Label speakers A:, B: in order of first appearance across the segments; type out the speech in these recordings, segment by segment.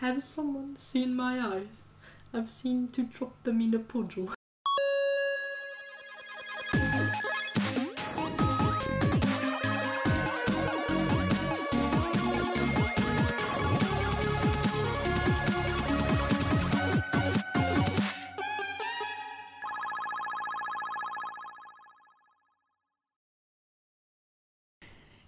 A: Have someone seen my eyes? I've seen to drop them in a puddle.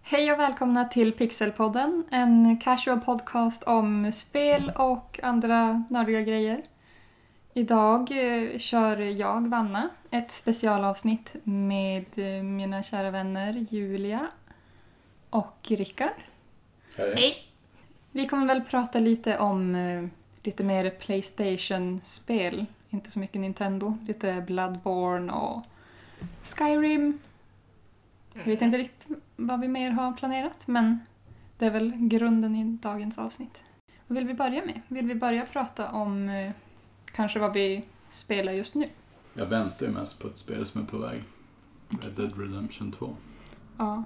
B: Hej och välkomna till Pixelpodden, en casual podcast om spel och andra nördiga grejer. Idag eh, kör jag, Vanna, ett specialavsnitt med eh, mina kära vänner Julia och Rickard.
A: Hej!
B: Vi kommer väl prata lite om eh, lite mer Playstation-spel. Inte så mycket Nintendo. Lite Bloodborne och Skyrim. Jag vet inte riktigt vad vi mer har planerat, men det är väl grunden i dagens avsnitt. Vad vill vi börja med? Vill vi börja prata om eh, kanske vad vi spelar just nu?
C: Jag väntar ju mest på ett spel som är på väg. Red Dead Redemption 2.
B: Ja,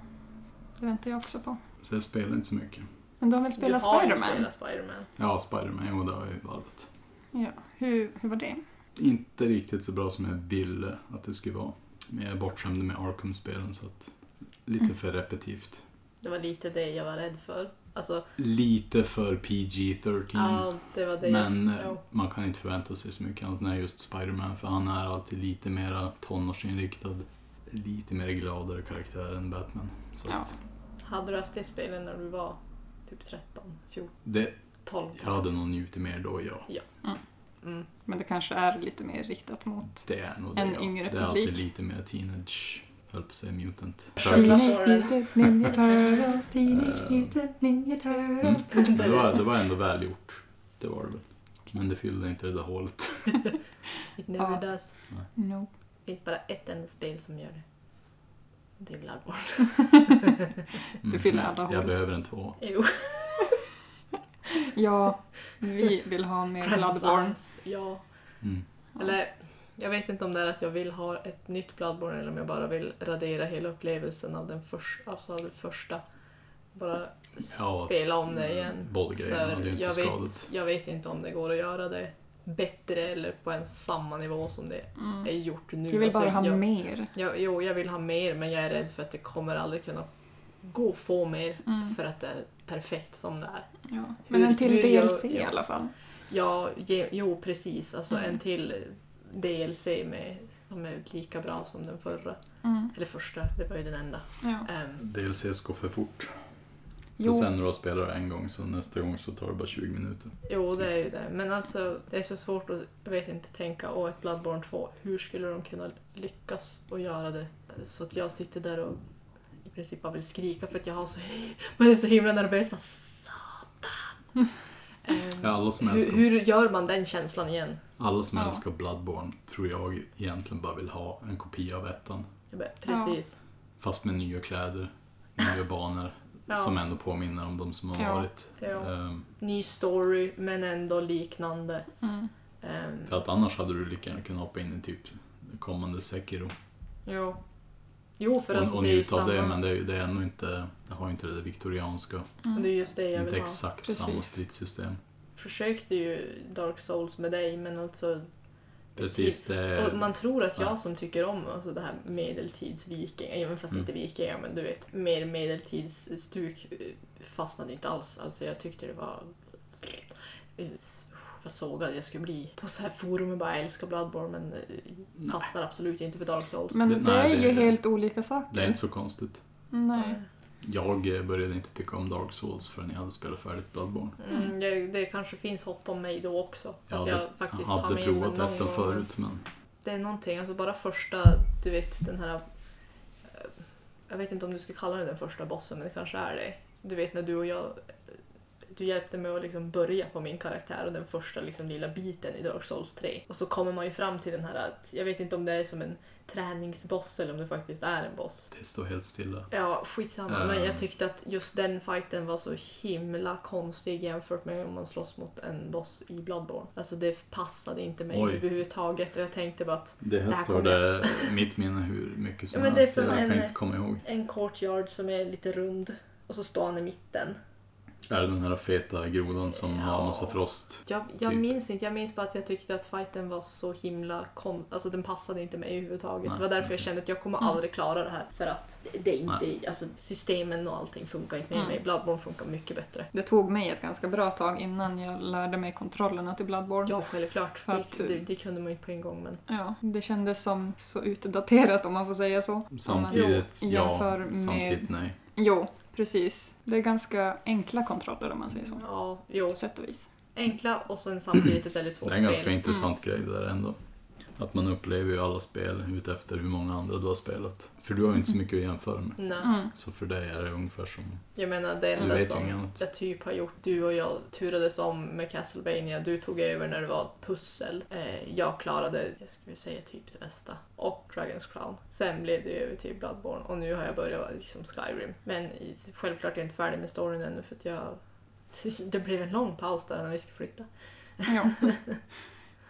B: det väntar jag också på.
C: Så jag spelar inte så mycket.
B: Men de vill spela
A: du har ju
B: Spiderman.
A: spelat Spiderman.
C: Ja, Spider-Man, jo det har jag ju valvet.
B: Ja. Hur, hur var det?
C: Inte riktigt så bra som jag ville att det skulle vara. Men jag är bortskämd med Arkham-spelen så att lite
B: Mm.
C: för repetitivt.
A: Det var lite det jag var rädd för.
C: Typ.
A: Alltså,
C: Lite för PG-13.
A: ja, det var det
C: Men eh,
A: jag... Ja.
C: man kan inte förvänta sig så mycket annat när just Spider-Man för han är alltid lite mera tonårsinriktad. Lite mer gladare karaktär än Batman. Så
B: Ja.
C: att
A: Hade du haft det spelet när du var typ 13, 14,
C: det,
A: 12?
C: jag hade nog njutit mer då, ja.
A: Mm.
B: Men det kanske är lite mer riktat mot...
C: Det är nog
B: En
C: det, ja.
B: yngre
C: Det är alltid
B: publik.
C: lite mer teenage, höll på att säga mutant.
A: Skillnad.
B: Mutant
C: Turtles.
B: Ninja Turtles, Teenage
C: Eh.
B: Mutant Ninja
C: Mm.
B: Turtles.
C: Det, var, det var ändå välgjort. Det var det väl. Men det fyllde inte det där hålet.
A: It never
B: Ja.
A: does.
B: No.
A: Det finns bara ett enda spel som gör det. Det är Bloodborne.
C: Mm.
B: Det fyller alla hål.
C: Jag behöver en två.
A: Jo.
B: Ja, vi vill ha mer Bloodborne.
A: Renaissance, Ja.
C: Mm.
A: Eller, jag vet inte om det är att jag vill ha ett nytt Bloodborne eller om jag bara vill radera hela upplevelsen av den första. Alltså av det första. Bara
C: Ja, mm.
A: spela om det igen.
C: Båda grejerna hade ju inte
A: jag,
C: skadat.
A: vet, jag vet inte om det går att göra det bättre eller på en samma nivå som det
B: Mm.
A: är gjort nu.
B: Du vill bara
A: Alltså,
B: ha
A: jag,
B: mer.
A: jag, jo, jag vill ha mer men jag är rädd för att det kommer aldrig kunna f- gå att få mer
B: Mm.
A: för att det är perfekt som det är.
B: Ja.
A: Hur-
B: Men en till
A: hur gör-
B: DLC i
A: ja.
B: alla fall.
A: Ja, ge, jo precis. Alltså
B: Mm.
A: en till DLC med, som är lika bra som den förra.
B: Mm.
A: Eller första, det var ju den enda.
B: Ja.
A: Ehm,
C: DLCs går för fort.
B: Jo,
C: För sen när du har spelat en gång så nästa gång så tar det bara 20 minuter.
A: jo, det är ju det. Men alltså, det är så svårt att, jag vet inte, tänka åh, ett Bloodborne 2, hur skulle de kunna lyckas och göra det? Så att jag sitter där och i princip bara vill skrika för att jag har så, man är så himla nervös. Bara, Satan! Ehm,
C: Ja, alla som
A: hur,
C: älskar,
A: hur gör man den känslan igen?
C: alla som
B: Ja.
C: älskar Bloodborne tror jag egentligen bara vill ha en kopia av ettan.
A: Jag bara, precis.
C: Fast med nya kläder, nya banor.
A: Ja.
C: Som ändå påminner om de som har
B: Ja.
C: varit.
A: Ja.
C: Ehm,
A: Ny story, men ändå liknande.
B: mm.
A: Ehm,
C: För att annars hade du lika gärna kunnat hoppa in i typ kommande Sekiro
A: Jo. Jo, för
C: och,
A: alltså
C: och
A: det är ju
C: njuta av
A: samma...
C: det, men det är, ju- det är ändå inte, det har ju inte det där viktorianska,
A: Det är just det jag
C: inte
A: vill ha.
C: exakt
B: Precis.
C: samma stridssystem.
A: Försökte ju Dark Souls med dig, men alltså...
C: Precis, det
A: typ- Och
C: är,
A: man tror att
C: Eh, ja.
A: jag som tycker om alltså det här medeltidsvikingar, även fast
C: Mm.
A: inte vikingar, men du vet, mer medeltidsstuk eh, fastnade inte alls. Alltså jag tyckte det var... eh, s- Vad sågad jag skulle bli. På så här forum och bara jag älskar Bloodborne men eh, fastnar absolut inte för Dark Souls.
B: Men det,
C: Det- nej,
B: är
C: det-
B: ju helt olika saker.
C: det är inte så konstigt.
B: Nej.
C: Jag eh, började inte tycka om Dark Souls förrän jag hade spelat färdigt Bloodborne.
A: Mm, det, det kanske finns hopp om mig då också.
C: Jag
A: att
C: hade-
A: jag
C: Jag
A: faktiskt tar
C: hade
A: mig in
C: provat
A: någon
C: ettan
A: gång.
C: förut, men
A: Det är någonting, alltså bara första, du vet den här... eh, Jag vet inte om du skulle kalla det den första bossen, men det kanske är det. Du vet när du och jag... Du hjälpte mig att liksom börja på min karaktär och den första liksom lilla biten i Dark Souls 3. Och så kommer man ju fram till den här att... Jag vet inte om det är som en träningsboss eller om det faktiskt är en boss.
C: det står helt stilla.
A: Ja, skitsamma.
C: Eh.
A: Men jag tyckte att just den fighten var så himla konstig jämfört med om man slåss mot en boss i Bloodborne. Alltså det passade inte mig
C: Oj.
A: överhuvudtaget och jag tänkte bara att
C: Det här
A: Där
C: står
A: kommer
C: det mitt minne hur mycket som
A: Ja, men det är
C: helst,
A: som
C: jag
A: en-
C: kan inte komma ihåg.
A: en courtyard som är lite rund och så står han i mitten.
C: Är det den här feta grodan som har massa frost?
A: Jag, jag
C: Typ.
A: minns inte, jag minns bara att jag tyckte att fighten var så himla kon... Alltså den passade inte mig överhuvudtaget.
C: Nej,
A: det var därför
C: okej.
A: jag kände att jag kommer
B: Mm.
A: aldrig klara det här. För att det är inte... Alltså systemen och allting funkar inte med
B: Mm.
A: mig. Bloodborne funkar mycket bättre.
B: Det tog mig ett ganska bra tag innan jag lärde mig kontrollerna till Bloodborne.
A: Ja, självklart.
B: För att-
A: Det, det, det kunde man inte på en gång men...
B: Ja, det kändes som så utdaterat om man får säga så.
C: Samtidigt,
B: Jo,
C: ja.
B: jämför med-
C: Samtidigt, nej.
B: Jo, precis. Det är ganska enkla kontroller om man säger så.
A: Ja, jo.
B: På sätt och vis.
A: Enkla och sen samtidigt ett väldigt svårt
C: Det är en ganska
A: spel.
C: intressant grej det där ändå. Att man upplever ju alla spel utefter hur många andra du har spelat. För du har ju inte så mycket att jämföra med.
A: Nej.
B: Mm.
C: Så för dig är det ungefär som...
A: Jag menar
C: Du
A: det
C: vet ju
A: enda
C: inget
A: som
C: annat.
A: jag typ har gjort, du och jag turades om med Castlevania. Du tog över när det var ett pussel. Eh, jag klarade, jag skulle säga typ det mesta. Och Dragon's Crown. Sen blev det ju över till Bloodborne och nu har jag börjat liksom Skyrim. Men i- självklart är jag inte färdig med storyn ännu för att jag... Det blev en lång paus där när vi skulle flytta.
B: Ja.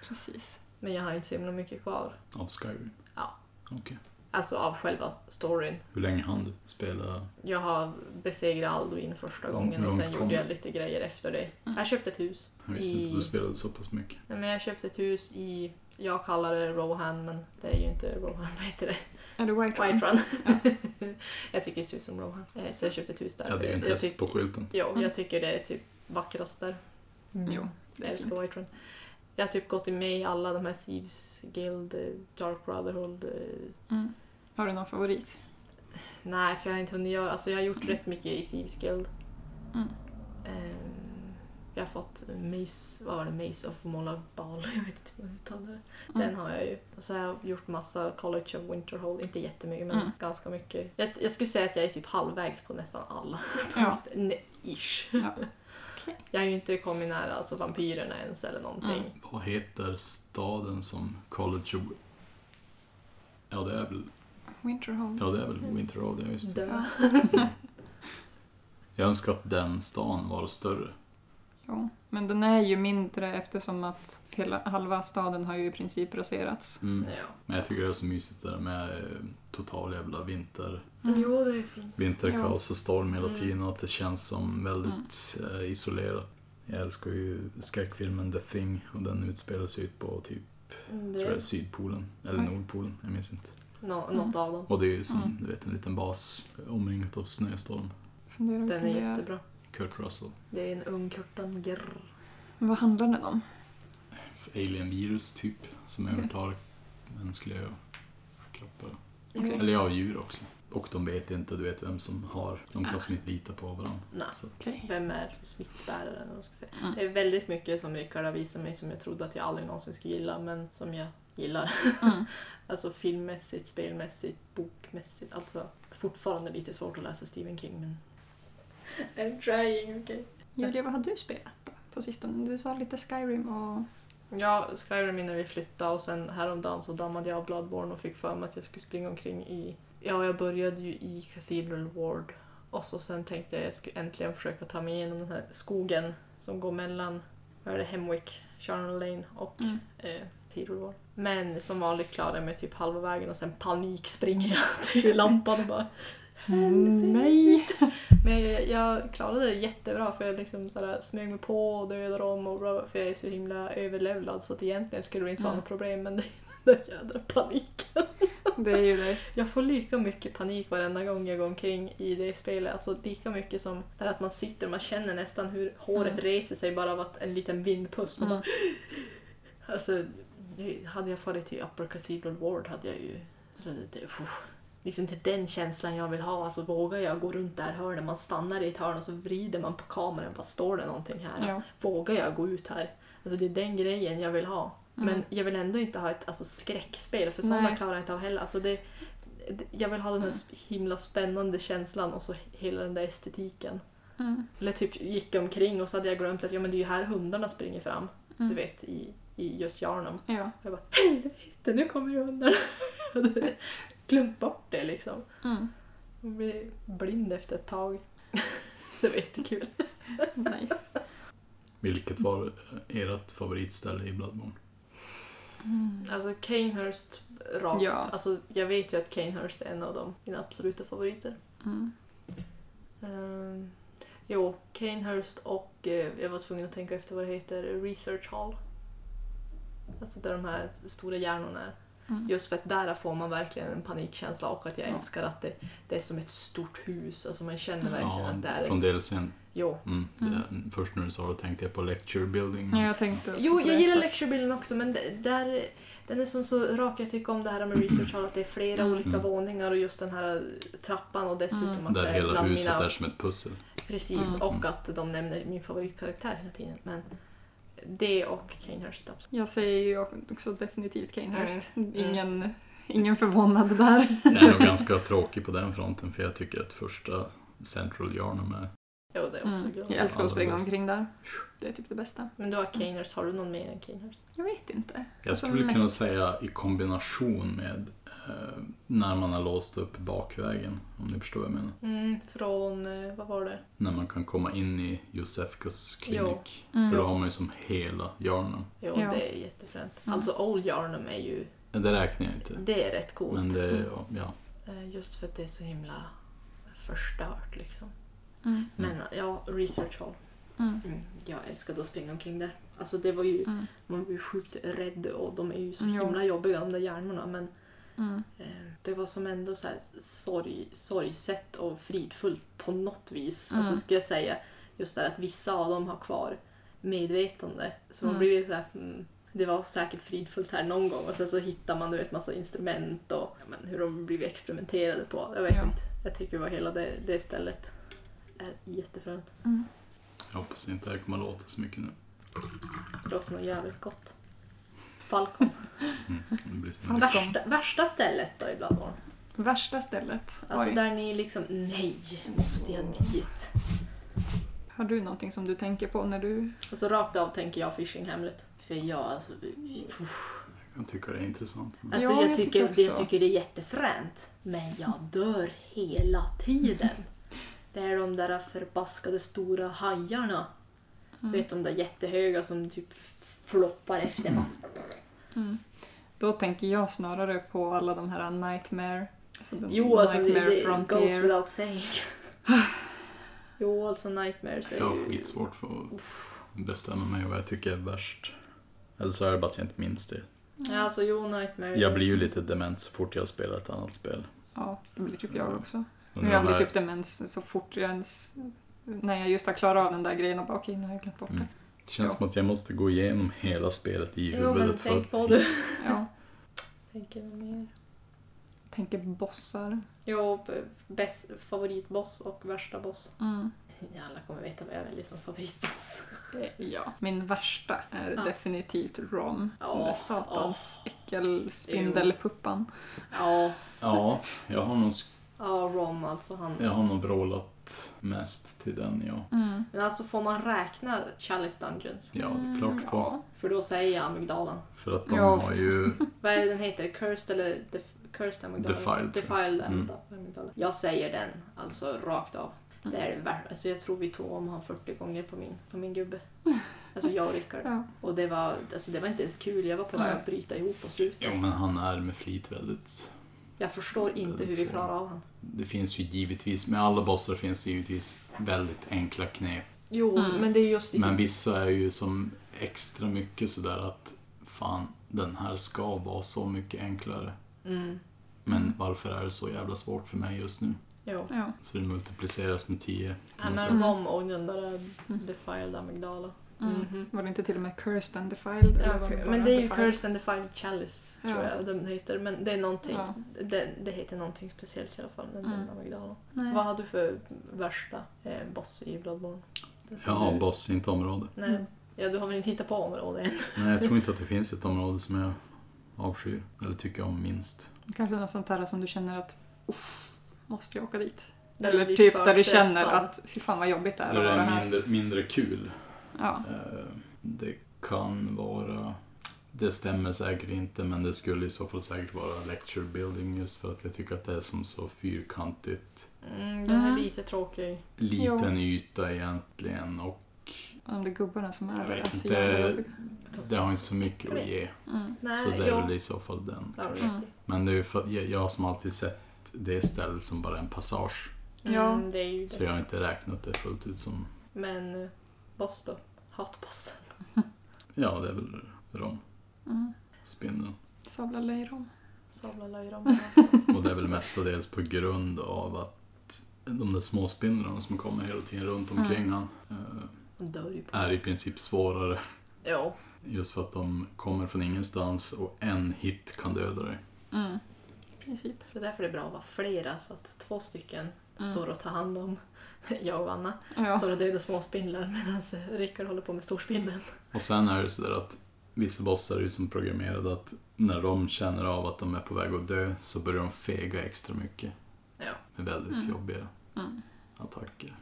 B: precis.
A: Men jag har inte så himla mycket kvar.
C: Av Skyrim.
A: Ja.
C: Okej.
A: Alltså av själva storyn.
C: Hur länge hann du spela?
A: Jag har besegrat Alduin första
C: Lång-
A: gången och
C: långt
A: sen
C: kom.
A: gjorde jag lite grejer efter det.
B: Mm.
A: Jag köpte ett hus.
C: Jag visste inte
A: I-
C: att du spelade så pass mycket.
A: Nej, men jag köpte ett hus i, jag kallar det Rohan, men det är ju inte Rohan, vad heter det?
B: Är det White, Run?
A: White Run. jag tycker det ser ut som Rohan. Eh, Så jag köpte ett hus där.
C: Ja, det är ju en
A: Jag
C: häst
A: tyck-
C: på skylten.
A: Jo,
B: Mm.
A: jag tycker det är typ vackrast där.
C: Mm.
B: Jo.
A: Jag älskar White Run. Jag har typ gått med i alla de här Thieves Guild, eh, Dark Brotherhood. eh,
B: Mm. Har du någon favorit?
A: Nej, för jag har inte hunnit göra, alltså jag har gjort
B: Mm.
A: rätt mycket i Thieves Guild.
B: Mm.
A: Ehm, Jag har fått Maze, vad var det, Maze of Molagbal, jag vet inte hur man uttalar det.
B: Mm.
A: Den har jag ju. Och så har jag gjort massa College of Winterhold. Inte jättemycket men
B: Mm.
A: ganska mycket. Jag, jag skulle säga att jag är typ halvvägs på nästan alla.
B: Ja.
A: Nej, ish.
B: Ja. Okej.
A: Jag har ju inte kommit nära alltså, vampyrerna ens eller någonting.
B: Mm.
C: Vad heter staden som College of... Ja, det är väl,
B: Winterhold.
C: ja, det är väl Winter Road, ja just det.
A: Dö.
C: Jag önskar att den stan var större.
B: Jo. Men den är ju mindre eftersom att hela, halva staden har ju i princip raserats.
C: Mm.
A: Ja.
C: Men jag tycker det är så mysigt där med eh, total jävla vinter,
B: Mm.
A: Jo, det är fint.
C: vinterkaos och storm hela
A: Mm.
C: tiden och att det känns som väldigt eh, isolerat. Jag älskar ju skräckfilmen The Thing och den utspelar sig ut på typ, tror jag,
A: Det,
C: Sydpolen eller
B: Oj.
C: Nordpolen, jag minns inte.
A: nå,
B: Mm.
A: något av dem.
C: Och det är ju som
B: Mm.
C: du vet en liten bas omringat av snöstorm.
B: Funderar
A: Den
B: vilken
A: Mm. är
B: det
A: jättebra.
C: Kurt Russell.
A: Det är en ung Kurtan Grr.
B: Men vad handlar den om?
C: Alien virus typ som övertar mänskliga kroppar.
A: Mm.
B: Okej.
C: Eller ja, djur också. Och de vet inte, du vet vem som har. De kan som inte lita på varandra.
A: Nej.
C: Så att,
B: Okej.
A: Vem är smittbäraren? eller vad man ska säga.
B: Mm.
A: Det är väldigt mycket som Rickard har visat mig som jag trodde att jag aldrig någonsin skulle gilla men som jag gillar.
B: Mm.
A: Alltså filmmässigt, spelmässigt, bokmässigt. Alltså fortfarande lite svårt att läsa Stephen King men... I'm trying, okej.
B: Julia, vad har du spelat då på sistone? Du sa lite Skyrim och...
A: Ja, Skyrim innan vi flyttade och sen häromdagen så dammade jag av Bloodborne och fick för mig att jag skulle springa omkring i... Ja, jag började ju i Cathedral Ward och så sen tänkte jag att jag skulle äntligen försöka ta mig igenom den här skogen som går mellan, vad är det, Hemwick, Charnel Lane och
B: Mm.
A: eh, Cathedral Ward. Men som vanligt klarade jag mig typ halva vägen och sen panik springer jag till lampan och bara
B: Nej!
A: Men jag, jag klarade det jättebra för jag liksom sådär smög mig på och dödade dem och bra, för jag är så himla överlevlad så att egentligen skulle det inte vara
B: Mm.
A: något problem men det är den där jädra paniken.
B: Det är ju det.
A: Jag får lika mycket panik varenda gång jag går omkring i det spelet. Alltså lika mycket som där att man sitter och man känner nästan hur håret
B: Mm.
A: reser sig bara av att en liten vindpust. Man
B: Mm.
A: bara, Alltså, det- hade jag farit till Upper Cathedral Ward hade jag ju... Alltså, det, det, uff. liksom inte den känslan jag vill ha. Alltså vågar jag gå runt där hörnet, man stannar i ett hörn och så vrider man på kameran. Bara, står det någonting här?
B: Ja.
A: Vågar jag gå ut här? Alltså det är den grejen jag vill ha.
B: Mm.
A: Men jag vill ändå inte ha ett alltså, skräckspel för sådana
B: Nej.
A: klarar jag inte av heller. Alltså, det, det- jag vill ha den här
B: Mm.
A: sp- himla spännande känslan och så hela den där estetiken.
B: Mm.
A: Eller typ gick omkring och så hade jag glömt att ja, men det är ju här hundarna springer fram.
B: Mm.
A: Du vet, i, i just Yarnum.
B: Ja.
A: Helvete, nu kommer ju hundarna! Jag hade glömt bort det liksom.
B: Mm.
A: Man blir blind efter ett tag. det var jättekul.
B: Mm. Nice.
C: vilket var eh, ert favoritställe i Bloodborne?
B: Mm.
A: Alltså Kanehurst rakt.
B: Ja.
A: Alltså, jag vet ju att Kanehurst är en av de, mina absoluta favoriter.
B: Mm.
A: Ehm, Jo, Kanehurst och eh, jag var tvungen att tänka efter vad det heter, Research Hall. Alltså där de här stora hjärnorna är.
B: Mm.
A: Just för att där får man verkligen en panikkänsla och att jag
B: Ja.
A: älskar att det, det är som ett stort hus. Alltså man känner verkligen
C: Ja,
A: att det är
C: från
A: ett...
C: DLCn.
A: Jo.
C: Mm.
B: Mm.
C: Det, först när du sa det tänkte jag på lecture building.
B: Ja, jag tänkte också
A: Jo,
B: på
A: jag
B: det.
A: gillar lecturebilden också men d- där, den är som så rak. Jag tycker om det här med research hall, att det är flera
B: Mm.
A: olika
C: Mm.
A: våningar och just den här trappan och dessutom
B: Mm.
A: att det
C: Där
A: är
C: hela
A: bland
C: huset
A: mina...
C: är som ett pussel.
A: Precis,
B: Mm.
A: och att de nämner min favoritkaraktär hela tiden. Men det och Kanehurst absolut.
B: Jag säger ju också definitivt Kanehurst.
A: Mm. Mm.
B: Ingen, ingen förvånad där.
C: Jag är nog ganska tråkig på den fronten för jag tycker att första Central Yarnum är...
A: Jo, det är också
B: Mm.
A: guld.
B: Jag älskar att
C: Allra
B: springa
C: bäst.
B: omkring där. Det är typ det bästa.
A: Men du har Kanehurst, har du någon mer än Kanehurst?
B: Jag vet inte.
C: Jag
A: Alltså,
B: Som
C: skulle
B: mest-
C: kunna säga i kombination med eh, när man har låst upp bakvägen, om ni förstår vad jag menar.
A: Mm, från, eh, vad var det?
C: När man kan komma in i Josefkas klinik.
B: Mm.
C: För då har man ju som hela Yarnum.
A: Jo,
B: Ja.
A: det är jättefränt.
B: Mm.
A: Alltså Old Yarnum är ju,
C: Det räknar jag inte.
A: det är rätt coolt. Mm.
C: Men det är, ja.
A: Eh, Just för att det är så himla förstört liksom.
B: Mm.
A: Men ja, research hall.
B: Mm.
A: Mm, jag älskade att springa omkring där. Alltså det var ju,
B: Mm.
A: man var ju sjukt rädd och de är ju så
B: Mm, ja.
A: himla jobbiga de där hjärnorna men
B: Mm.
A: eh, det var som ändå så här sorg, sorgset och fridfullt på något vis.
B: Mm.
A: Alltså skulle jag säga just det här att vissa av dem har kvar medvetande. Så man
B: Mm.
A: blir lite såhär, mm, det var säkert fridfullt här någon gång och sen så hittar man du vet massa instrument och ja, men, hur de blivit experimenterade på. Jag vet
B: Ja.
A: inte. Jag tycker bara hela det, det stället är jättefränt.
B: Mm.
C: Jag hoppas inte det här kommer att låta så mycket nu.
A: Det låter nog jävligt gott. Falcon.
C: Mm. Det blir så
B: Fan,
C: mycket.
B: Falcon.
A: Värsta, värsta stället då i Bloodborne?
B: Värsta stället.
A: Alltså
B: Oj.
A: där ni liksom, nej, måste jag dit?
B: Har du någonting som du tänker på när du...
A: Alltså rakt av tänker jag Fishing Hamlet. För jag alltså... uff.
C: jag kan tycka det är intressant. Men...
A: Alltså
B: Ja,
A: jag,
B: jag
A: tycker,
B: tycker också.
A: jag tycker det är jättefränt. Men jag dör hela tiden. Det är de där förbaskade stora hajarna.
B: Mm.
A: Du vet de där jättehöga som typ floppar efter. en.
B: Mm. Då tänker jag snarare på alla de här Nightmare... Alltså den
A: Jo, alltså det,
B: Nightmare
A: det goes
B: Frontier.
A: without saying. Jo, alltså Nightmares är
C: Jag har
A: ju...
C: skitsvårt för att bestämma mig vad jag tycker är värst. Eller så är det bara att jag inte minns det.
B: Mm.
A: Ja, alltså jo, Nightmare.
C: Jag blir ju lite dement så fort jag spelar ett annat spel.
B: Ja, det blir typ jag också.
C: Och
B: Men
C: nu
B: jag blir
C: har-
B: typ demens så fort jag ens... När jag just har klarat av den där grejen och bara okej, nu har jag glömt bort det.
C: Mm. Det känns
B: Ja.
C: som att jag måste gå igenom hela spelet i
A: Jo,
C: huvudet
A: men
C: för
A: tänk
C: att
A: på du.
B: Ja.
A: Tänker något mer.
B: Tänker bossar.
A: Jo, b- bäst, favoritboss och värsta boss.
B: Mm.
A: Ni alla kommer veta vad jag väljer som favoritboss.
B: Det- Ja. Min värsta är
A: Ja.
B: definitivt Rom.
A: Ja,
B: Den där satans äckelspindelpuppan.
A: Ja,
C: Ja, jag har nog, sk-
A: ja Rom alltså han.
C: jag har nog brålat mest till den, ja.
B: Mm.
A: Men alltså får man räkna Chalice Dungeons?
C: Ja, det är
A: Mm,
C: klart för.
B: ja.
A: För då säger jag amygdalan.
C: För att de
B: Ja.
C: har ju...
A: Vad är det den heter? Cursed eller def- Cursed amygdala?
C: Defiled, tror jag.
A: Defiled
C: Mm.
A: amygdala. amygdala. Jag säger den, alltså rakt av.
B: Mm.
A: Det är det värsta. Alltså jag tror vi tog om han 40 gånger på min, på min gubbe. Alltså jag och Rickard.
B: Ja.
A: Och det var, alltså det var inte ens kul, jag var på väg
B: Nej.
A: att bryta ihop på slutet.
C: Jo, men han är med flit väldigt...
A: Jag förstår inte hur vi klarar av han.
C: Det finns ju givetvis, med alla bossar finns det givetvis väldigt enkla knep.
A: Jo,
B: Mm.
A: men det är just
C: Men vissa är ju som extra mycket sådär att fan, den här ska vara så mycket enklare.
A: Mm.
C: Men varför är det så jävla svårt för mig just nu?
A: Jo.
B: Ja.
C: Så det multipliceras med 10.
A: Ja,
C: kan man
A: men
C: säga.
A: Rom och den där
B: Mhm.
A: defiled amygdala.
B: Mm.
A: Mhm.
B: Var det inte till och med Cursed and Defiled? Eller
A: Ja,
B: var
A: okej.
B: bara
A: men det är ju
B: Defiled?
A: Cursed and Defiled Chalice,
B: Ja.
A: tror jag den heter. Men det är någonting,
B: Ja.
A: det, det heter någonting speciellt i alla fall med
B: Mm.
A: den amygdalan.
B: Nej.
A: Vad har du för värsta eh, boss i Bloodborne? Den som
C: Jag har
A: du-
C: boss, inte område.
B: Mm.
A: Nej. Ja, du har väl inte hittat på området än?
C: Nej, jag tror inte att det finns ett område som jag avskyr, eller tycker om minst.
B: Kanske något sånt här som du känner att "Uff, måste jag åka dit?
A: Där du
B: Eller
A: blir
B: typ
A: för
B: där du
A: stressad.
B: känner att fy fan vad jobbigt det är
C: Där
B: att
C: det
B: vara
C: är
B: här.
C: mindre, mindre kul.
B: Ja.
C: Eh, Det kan vara... Det stämmer säkert inte, men det skulle i så fall säkert vara lecture building just för att jag tycker att det är som så fyrkantigt.
A: Mm, den är
B: Mm.
A: lite tråkig.
C: Liten yta egentligen och
B: De där gubbarna som är
C: Jag
B: där är
C: vet
B: så
C: inte.
B: jävla jobbiga.
C: det har inte så mycket att
A: äcklig.
C: ge.
B: Mm.
A: Nej,
C: Så det
A: jo.
C: är väl i så fall den.
A: Ja, det är
B: Mm.
A: riktigt.
C: Men det är ju för, jag, jag som alltid sett det stället som bara en passage.
B: Ja.
A: Mm, det är ju
C: Så
A: det.
C: jag har inte räknat det fullt ut som...
A: Men eh, boss då? Hatbossen.
C: Ja, det är väl rom.
B: Mm.
C: Spindeln.
B: Sabla löjrom.
A: Sabla löjromarna. alltså.
C: Och det är väl mestadels på grund av att de där små spindlarna som kommer hela tiden runt
A: Mm.
C: omkring han eh,
A: De dör ju på.
C: är i princip svårare.
A: Jo.
C: Just för att de kommer från ingenstans och en hit kan döda dig.
B: Mm. I princip.
A: Det är därför det är bra att vara flera så att två stycken
B: Mm.
A: står och tar hand om jag och Anna.
B: Ja.
A: Står och dödar småspindlar medan Rickard håller på med storspindeln.
C: Och sen är det sådär att vissa bossar är ju som programmerade att när de känner av att de är på väg att dö så börjar de fega extra mycket.
A: Ja.
C: Med väldigt
B: Mm.
C: jobbiga
B: Mm.
C: attacker.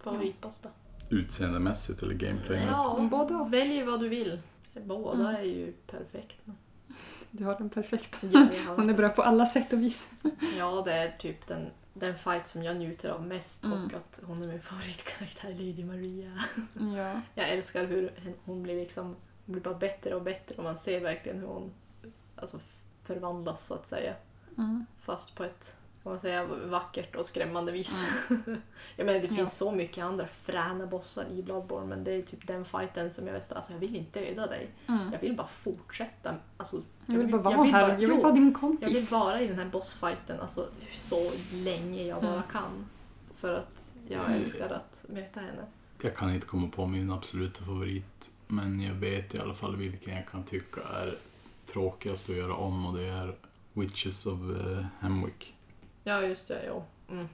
A: Favoritboss då?
C: Utseendemässigt eller gameplaymässigt.
A: Ja,
B: Både och.
A: Mm. välj vad du vill. Båda
B: Mm.
A: är ju perfekta.
B: Du har den perfekt.
A: Ja, jag har-
B: Hon är bra på alla sätt och vis.
A: Ja, det är typ den, den fight som jag njuter av mest och
B: Mm.
A: att hon är min favoritkaraktär, Lady Maria.
B: Ja.
A: Jag älskar hur hen- hon blir liksom, hon blir bara bättre och bättre och man ser verkligen hur hon alltså, förvandlas så att säga.
B: Mm.
A: Fast på ett kan man säga, vackert och skrämmande vis. jag menar, det finns
B: Ja.
A: så mycket andra fräna bossar i Bloodborne men det är typ den fighten som jag visste, alltså jag vill inte döda dig.
B: Mm.
A: Jag vill bara fortsätta. Alltså,
B: Jag vill bara vara
A: jag vill
B: här.
A: bara-
B: jag vill
A: jo.
B: vara din
A: Jag vill
B: kompis.
A: vara i den här bossfighten alltså, så länge jag bara
B: Mm.
A: kan. För att jag
C: Mm.
A: älskar att möta henne.
C: Jag kan inte komma på min absoluta favorit, men jag vet i alla fall vilken jag kan tycka är tråkigast att göra om och det är Witches of eh, Hemwick.
A: Ja, just det. Jo. Mm.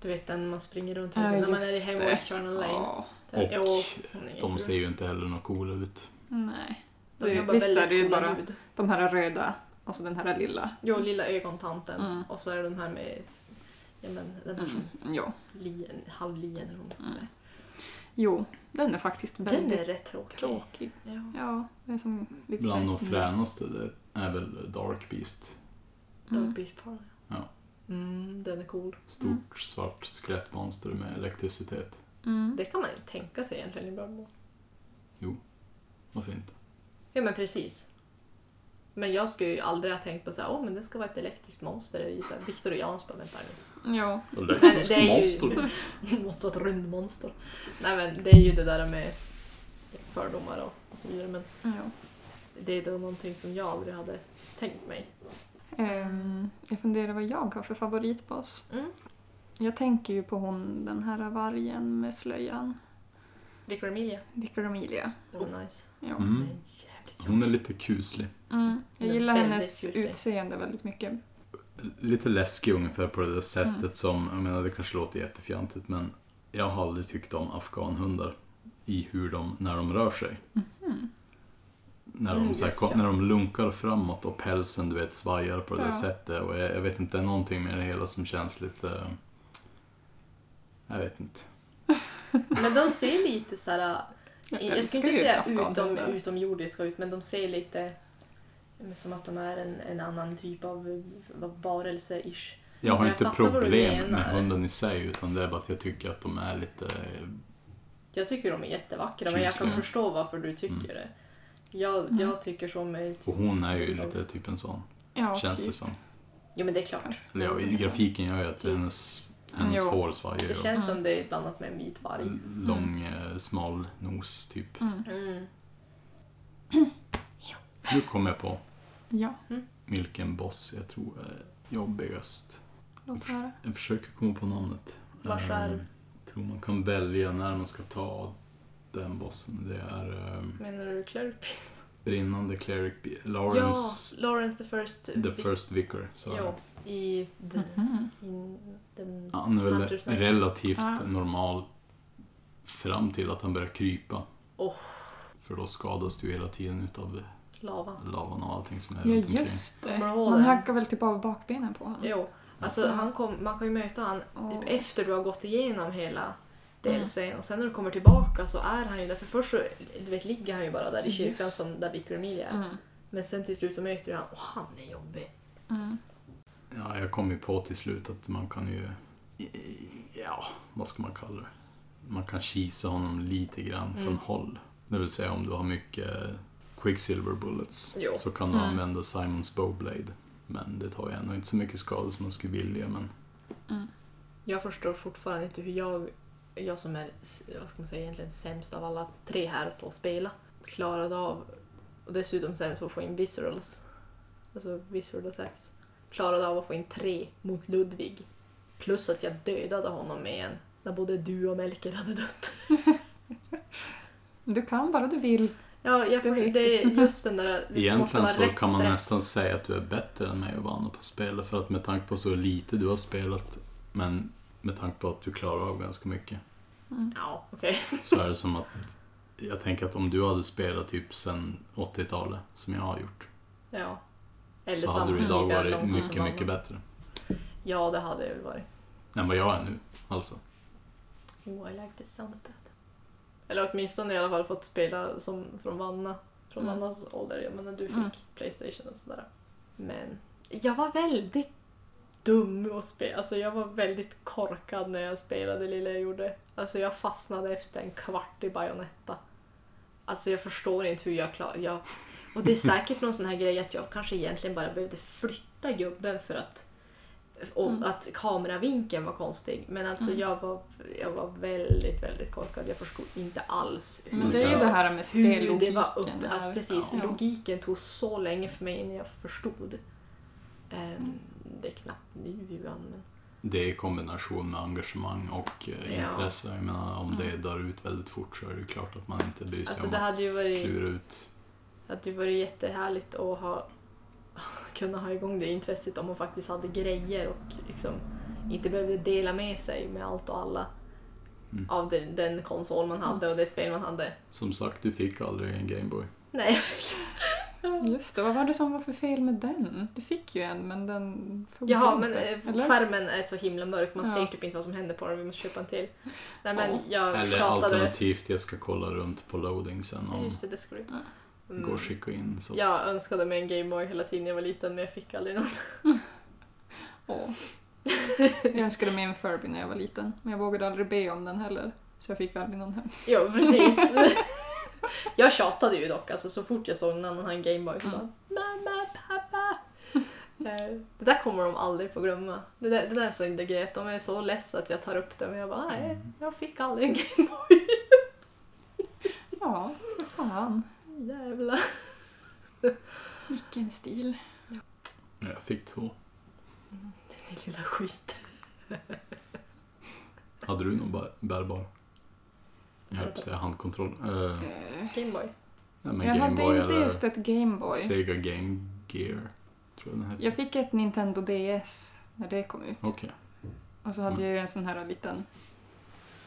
A: Du vet den man springer runt
B: Ja,
A: huvudet när man är i
B: just
A: Hemway Charnel Lane.
B: Ja.
A: Där-
C: Och
A: jo, hon är ingen
C: De
A: ful.
C: ser ju inte heller något coola ut.
B: Nej.
A: De har bara
B: Visst är det ju
A: väldigt coola
B: bara
A: ljud.
B: de här röda och så den här lilla.
A: Jo, lilla ögontanten.
B: Mm.
A: Och så är det de här med ja, men, den här
B: Mm.
A: som
B: Ja.
A: lien, halvlien eller vad man ska
B: Mm.
A: säga.
B: Jo, den är faktiskt väldigt
A: Den är rätt tråkig.
B: tråkig. Mm.
A: Ja.
B: Ja, det är som lite
C: Bland de
A: Mm.
B: så-
C: fränaste det är väl Dark Beast.
A: Dark
B: Mm.
A: Beast Parlor.
C: Ja.
A: Mm, den är cool.
C: Stort
B: Mm.
C: svart skelettmonster med elektricitet.
B: Mm.
A: Det kan man inte tänka sig egentligen i Bloodborne.
C: Varför inte?
A: Ja men precis. Men jag skulle ju aldrig ha tänkt på så här, åh men det ska vara ett elektriskt monster. Det är ju så här viktorianskt, bara vänta här
B: Ja.
A: Elektriskt det är ju- monster. nu. Det måste vara ett rymdmonster. Nej men det är ju det där med fördomar och, och så vidare. Men
B: ja.
A: det är då någonting som jag aldrig hade tänkt mig.
B: Ehm, jag funderar vad jag har för favoritboss.
A: Mm.
B: Jag tänker ju på hon, den här vargen med slöjan.
A: Vicar Emilia,
B: Dicker Amelia.
A: det var nice.
B: Ja.
C: Mm.
A: Men jävligt
C: Hon
A: jobbig.
C: är lite kuslig.
B: Mm. Jag
A: Den är
B: gillar
A: väldigt
B: hennes
A: tjusig.
B: utseende väldigt mycket.
C: Lite läskig ungefär på det där sättet
B: Mm.
C: som, jag menar det kanske låter jättefjantigt men jag har aldrig tyckt om afghanhundar i hur de, när de rör sig.
B: Mhm.
C: När de,
A: Mm,
C: så här,
A: just
C: kom-
A: ja.
C: när de lunkar framåt och pälsen du vet svajar på det där
B: Ja.
C: sättet och jag, jag vet inte, det är någonting med det hela som känns lite... Jag vet inte.
A: Men de ser lite så här, eh, jag
B: älskar
A: skulle inte
B: ju
A: säga utom,
B: afghanhundar.
A: utomjordiska ut men de ser lite men som att de är en, en annan typ av av varelse-ish.
C: Jag har
A: Alltså, jag
C: inte
A: fattar vad du
C: problem
A: menar.
C: med hunden i sig utan det är bara att jag tycker att de är lite...
A: Jag tycker de är jättevackra men jag kan
C: Kusliga.
A: förstå varför du tycker
C: Mm.
A: det. Jag,
B: Mm.
A: jag tycker som... eh, typ- är-
C: Och hon är ju lite typ en sån,
B: Ja,
C: känns det
B: typ.
C: som.
A: Jo men det är klart.
C: Eller ja, i grafiken gör ju att
A: Mm.
C: hennes, hennes
B: Jo.
C: hår svajar
A: Det
C: ju.
A: känns
B: Mm.
A: som det är blandat med en vit varg.
C: Mm. Lång, eh, smal nos typ.
B: Mm.
A: Mm.
C: Nu kommer jag på
B: Ja,
C: vilken boss jag tror är jobbigast.
B: låt höra.
C: Jag försöker komma på namnet.
A: Vars är-
C: Ehm, Jag tror man kan välja när man ska ta den bossen. Det är ehm,
A: Menar du Clerpis?
C: brinnande cleric Be-
A: Ja,
C: Lawrence
A: Lawrence the first.
C: the first vicar. Så.
A: Jo, i den...
B: Mhm.
A: in- den
C: Han är väl
A: Hunter's Knight.
C: relativt
B: Ah.
C: normal fram till att han börjar krypa.
A: Oh.
C: För då skadas du hela tiden utav
A: lavan.
C: lavan och allting som är
B: Ja,
C: runt omkring.
B: just det.
A: Kommer du ihåg
B: Man
A: den?
B: hackar väl typ av bakbenen på honom.
A: Jo, alltså
B: Mm.
A: han kom, man kan ju möta han
B: Och-
A: typ efter du har gått igenom hela
B: Mm.
A: DLCn och sen när du kommer tillbaka så är han ju där. För först så du vet, ligger han ju bara där i kyrkan
B: Just.
A: som där Vicar Emilia är.
B: Mm.
A: Men sen till slut så möter du han och han är jobbig.
B: Mm.
C: Ja, jag kom ju på till slut att man kan ju... Ja, vad ska man kalla det? Man kan kisa honom lite grann från
A: Mm.
C: håll. Det vill säga om du har mycket Quicksilver Bullets
A: Jo.
C: så kan du
B: Mm.
C: använda Simons Bowblade. Men det tar ju ändå inte så mycket skada som man skulle vilja. Men
B: Mm.
A: Jag förstår fortfarande inte hur jag, jag som är s- vad ska man säga, egentligen sämst av alla tre här på att spela, klarade av, och dessutom sämst på att få in viscerals, alltså visceral attacks, klarade av att få in tre mot Ludvig. Plus att jag dödade honom med en när både du och Melker hade dött.
B: Du kan bara du vill.
A: Ja, jag
B: Det
A: för,
B: vet
A: det är just den där... Det måste
C: Egentligen
A: vara
C: så
A: rätt
C: kan man
A: stress.
C: nästan säga att du är bättre än mig och Vanna på spelet för att med tanke på så lite du har spelat men med tanke på att du klarar av ganska mycket
B: Mm.
A: Ja, okej.
C: så är det som att jag tänker att om du hade spelat typ sen 80-talet som jag har gjort
A: Ja. Eller
C: så hade du
A: samma,
C: idag
A: lika
C: varit
A: lång tid som
C: mycket, mycket
A: Anna.
C: bättre
A: Ja, det hade jag ju varit.
C: än vad jag är nu alltså.
A: Oh, I like the sound of that. Eller åtminstone i alla fall fått spela som från Vanna. Från
B: Mm.
A: Vannas ålder, jag menar du fick
B: Mm.
A: Playstation och sådär. Men jag var väldigt dum att spela. Alltså jag var väldigt korkad när jag spelade det lilla jag gjorde. Alltså jag fastnade efter en kvart i Bayonetta. Alltså jag förstår inte hur jag klarade... Jag... Och det är säkert någon sån här grej att jag kanske egentligen bara behövde flytta gubben för att... Och
B: Mm.
A: att kameravinkeln var konstig. Men alltså
B: Mm.
A: jag, var, jag var väldigt, väldigt korkad. Jag förstod inte alls hur
B: Men
C: Men
B: det är ju
C: så-
B: det här med
A: hur det
B: spellogiken.
A: var uppe. Alltså
B: här.
A: precis,
B: Ja.
A: logiken tog så länge för mig innan jag förstod.
B: Mm.
A: Ehm, det är knappt nu ibland men...
C: Det är i kombination med engagemang och eh,
A: Ja. Mm.
C: intresse. Jag menar, om det dör ut väldigt fort så är det ju klart att man inte bryr sig
A: Alltså,
C: om
A: det
C: att
A: hade ju varit-
C: klura ut.
A: Att det vore jättehärligt att ha, kunna ha igång det intresset om man faktiskt hade grejer och liksom inte behövde dela med sig med allt och alla
C: Mm.
A: av den, den konsol man hade och det spel man hade.
C: Som sagt, du fick aldrig en Gameboy.
A: Nej, jag fick...
B: Just det, vad var det som var för fel med den? Du fick ju en men den funkar
A: Jaha, men eh,
B: eller?
A: skärmen är så himla mörk, man
B: Ja.
A: ser typ inte vad som händer på den, vi måste köpa en till. Nej men
B: Ja.
A: jag
C: Eller
A: tjatade...
C: alternativt, jag ska kolla runt på loading sen om
A: Just det, det ska du. Mm.
B: Ja.
C: det går att skicka in. Så att...
A: Jag önskade mig en Gameboy hela tiden när jag var liten men jag fick aldrig någon.
B: Åh. Jag önskade mig en Furby när jag var liten, men jag vågade aldrig be om den heller. Så jag fick aldrig någon hem.
A: Ja, precis. jag tjatade ju dock, alltså, så fort jag såg någon annan ha en Gameboy. så
B: Mm.
A: bara Mamma, pappa! Eh, det där kommer de aldrig få glömma. Det där, det där är så en grej att de är så less att jag tar upp det men jag bara nej, jag fick aldrig en Gameboy.
B: Ja, fan.
A: Jävlar.
B: Vilken stil.
C: Jag fick två.
A: Din lilla skit.
C: Hade du någon bär- bärbar? Jag höll på att säga handkontroll. Eh,
A: Gameboy.
C: nej, men
B: Jag hade
C: Gameboy
B: inte
C: eller
B: just ett Gameboy.
C: Sega Game Gear. Tror jag den hette.
B: Jag fick ett Nintendo DS när det kom ut.
C: Okej.
B: Och så hade jag ju en sån här liten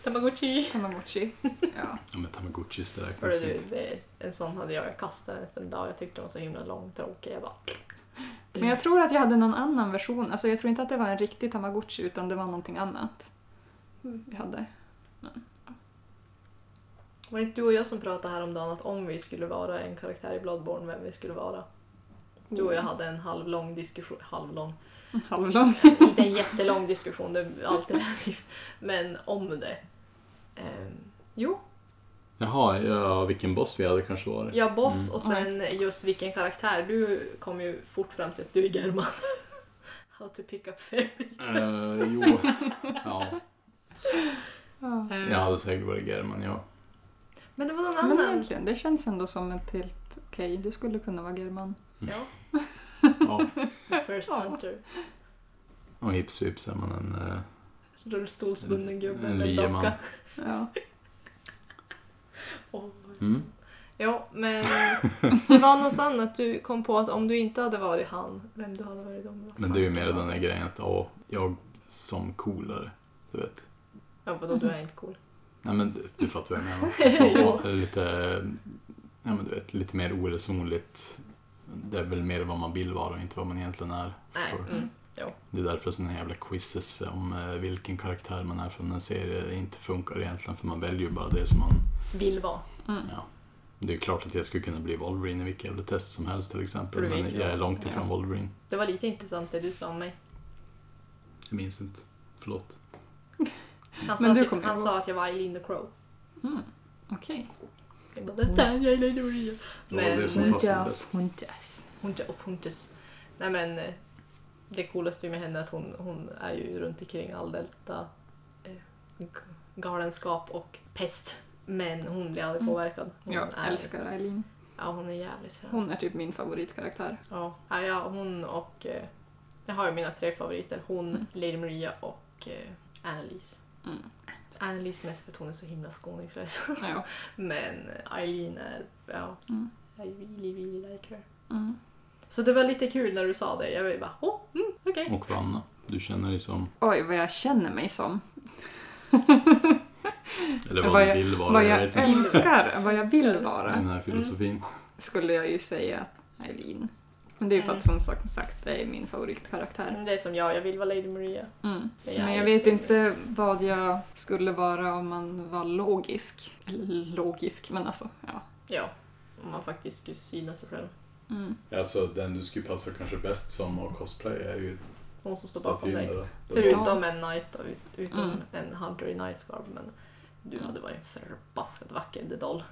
A: Tamagotchi.
B: Tamagotchi. Ja.
C: Ja, men Tamagotchis, det
A: Hörru
C: räknas
A: du,
C: inte.
A: det, en sån hade jag. Jag kastade den efter en dag. Jag tyckte den var så himla lång tråkig. Jag bara...
B: Men jag tror att jag hade någon annan version. Alltså jag tror inte att det var en riktig Tamagotchi utan det var någonting annat
A: Mm.
B: jag hade.
A: Var det inte du och jag som pratade häromdagen att om vi skulle vara en karaktär i Bloodborne, vem vi skulle vara? Du och jag hade en halvlång diskussion, halvlång,
B: En halvlång.
A: inte en jättelång diskussion, det är alltid relativt, men om det. Ehm, jo,
C: Jaha, ja, vilken boss vi hade kanske varit.
A: jag boss och sen
B: Mm.
A: just vilken karaktär. Du kom ju fort fram till att du är German. How to pick up fairy.
C: Eh, jo, ja.
B: Ja.
C: Jag hade säkert varit German, ja.
A: Men det var någon
B: Men
A: annan.
B: egentligen, det känns ändå som ett helt okej. Du skulle kunna vara German.
A: Ja,
C: ja.
A: the first
B: Ja.
A: hunter.
C: Och hips vips är man en... eh,
A: Rullstolsbunden gubbe
C: En
A: med en
C: lieman.
A: docka.
B: Ja.
A: Åh,
C: Mm.
A: Ja, men det var något annat du kom på att om du inte hade varit han, vem du hade varit då? Vad
C: Men
A: fan
C: det är ju
A: kan
C: mer
A: vara?
C: den där grejen att ja, jag som coolare, du vet.
A: Ja, vadå, du är inte cool.
C: Nej men du fattar vad jag menar.
A: Jo.
C: Så, ja, lite, ja, men du vet, lite mer oresonligt. Det är väl mer vad man vill vara och inte vad man egentligen är.
A: Nej,
C: förstår du?
A: mm.
C: Det är därför sådana jävla quizzes om eh, vilken karaktär man är från en serie inte funkar egentligen för man väljer ju bara det som man
A: vill vara.
B: Mm.
C: Ja. Det är klart att jag skulle kunna bli Wolverine i vilket jävla test som helst till exempel.
A: För du vet
C: Men
A: ju.
C: jag är långt ifrån
B: Ja.
C: Wolverine.
A: Det var lite intressant det du sa om mig.
C: Jag minns inte. Förlåt.
A: Han, sa,
B: Men du
A: att, jag,
B: kommer
A: han
B: ihåg.
A: sa att jag var Eileen the Crow.
B: Mm. Okej.
A: Jag bara, detta är Eileen the Crow.
C: Det var
A: Men,
C: det som passade bäst.
B: Hundas.
A: Hunter och Hunters. Nej men, eh, det coolaste med henne är att hon, hon är ju runt omkring all delta eh, g- galenskap och pest. Men hon blir aldrig
B: Mm.
A: påverkad. Hon
B: Jag
A: är,
B: älskar Eileen.
A: Ja, hon är jävligt frän.
B: Hon är typ min favoritkaraktär.
A: Ja, ja, ja, hon och... eh, Jag har ju mina tre favoriter. Hon,
B: Mm.
A: Lady Maria och eh, Annelise. Annelise mest för att hon är så himla skåningslös.
B: Ja.
A: Men eh, Eileen är... Ja,
B: Mm.
A: I really, really like her.
B: Mm.
A: Så det var lite kul när du sa det. Jag var ju bara, åh, mm, okej.
C: Och Vanna, du känner dig som,
B: Oj, vad jag känner mig som.
C: eller
B: Vad
C: vad du
B: jag-
C: vill vara,
B: Vad
C: jag
B: jag
C: vet inte.
B: önskar, vad jag vill
C: Den
B: vara,
C: här filosofin.
B: skulle jag ju säga att Eileen. Men det är ju för att
A: Mm.
B: som sagt- sagt, det är min favoritkaraktär.
A: Det är som jag, jag vill vara Lady Maria.
B: Mm.
A: Men jag
B: Men
A: är
B: Mm. jag vet
A: lite-
B: inte vad jag skulle vara om man var logisk. Eller logisk, men alltså, ja.
A: Ja, om man faktiskt skulle syna sig själv.
B: Mm.
C: Alltså den du skulle passa kanske bäst som att cosplaya är ju
A: Hon som står bakom
C: statyn
A: dig.
C: där.
A: Förutom en knight och ut- utom
B: Mm.
A: en hunter i nightscarf. Men du hade varit en förbaskat vacker dedoll.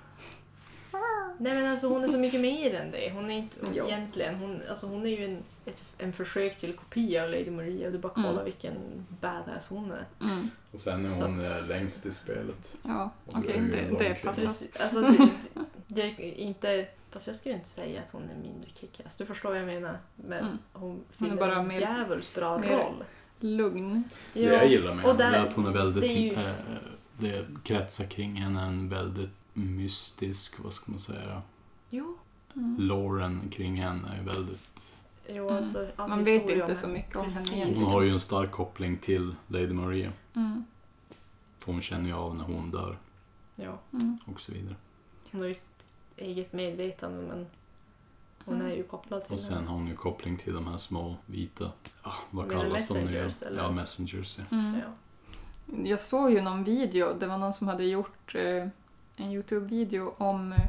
A: Nej men alltså hon är så mycket mer än det. Hon är inte
B: Mm, Ja.
A: egentligen, hon, alltså, hon är ju en, ett, en försök till kopia av Lady Maria. Du bara kolla
B: Mm.
A: vilken badass hon är.
B: Mm.
C: Och sen
A: Så
C: är hon
A: att-
C: eh, längst i spelet.
B: Ja,
C: Och
B: okej,
C: det är ju
B: det,
C: en
B: det
C: lång kille.
B: passar.
A: Precis. Alltså, det, det är inte, fast jag skulle inte säga att hon är mindre kickass. Du förstår vad jag menar. Men
B: Mm.
A: hon fyller
B: bara
A: en
B: mer-
A: djävulskt bra
B: mer-
A: roll.
B: Lugn.
C: Det jag gillar med
A: och
C: henne
A: där-
C: är att hon är väldigt...
A: det är ju-
C: eh, det kretsar kring henne en väldigt mystisk, vad ska man säga,
A: Jo,
B: Mm.
C: Lauren kring henne är väldigt...
A: jo
B: Mm.
A: alltså, all
B: Man
A: historia
B: vet inte
A: om
B: så
A: henne.
B: mycket om
A: Precis.
B: henne
C: Hon
B: egentligen.
C: har ju en stark koppling till Lady Maria.
B: Mm.
C: För hon känner ju av när hon dör
A: Ja,
B: Mm.
C: och så vidare.
A: hon har ju ett eget medvetande men hon
B: Mm.
A: är ju kopplad till
C: Och sen
A: henne.
C: har hon ju koppling till de här små vita... Ah, vad
A: Menar
C: kallas de nu?
A: messengers, eller?
C: Ja, messengers. Ja.
B: Mm.
A: Ja.
B: Jag såg ju någon video, det var någon som hade gjort eh, en Youtube-video om eh,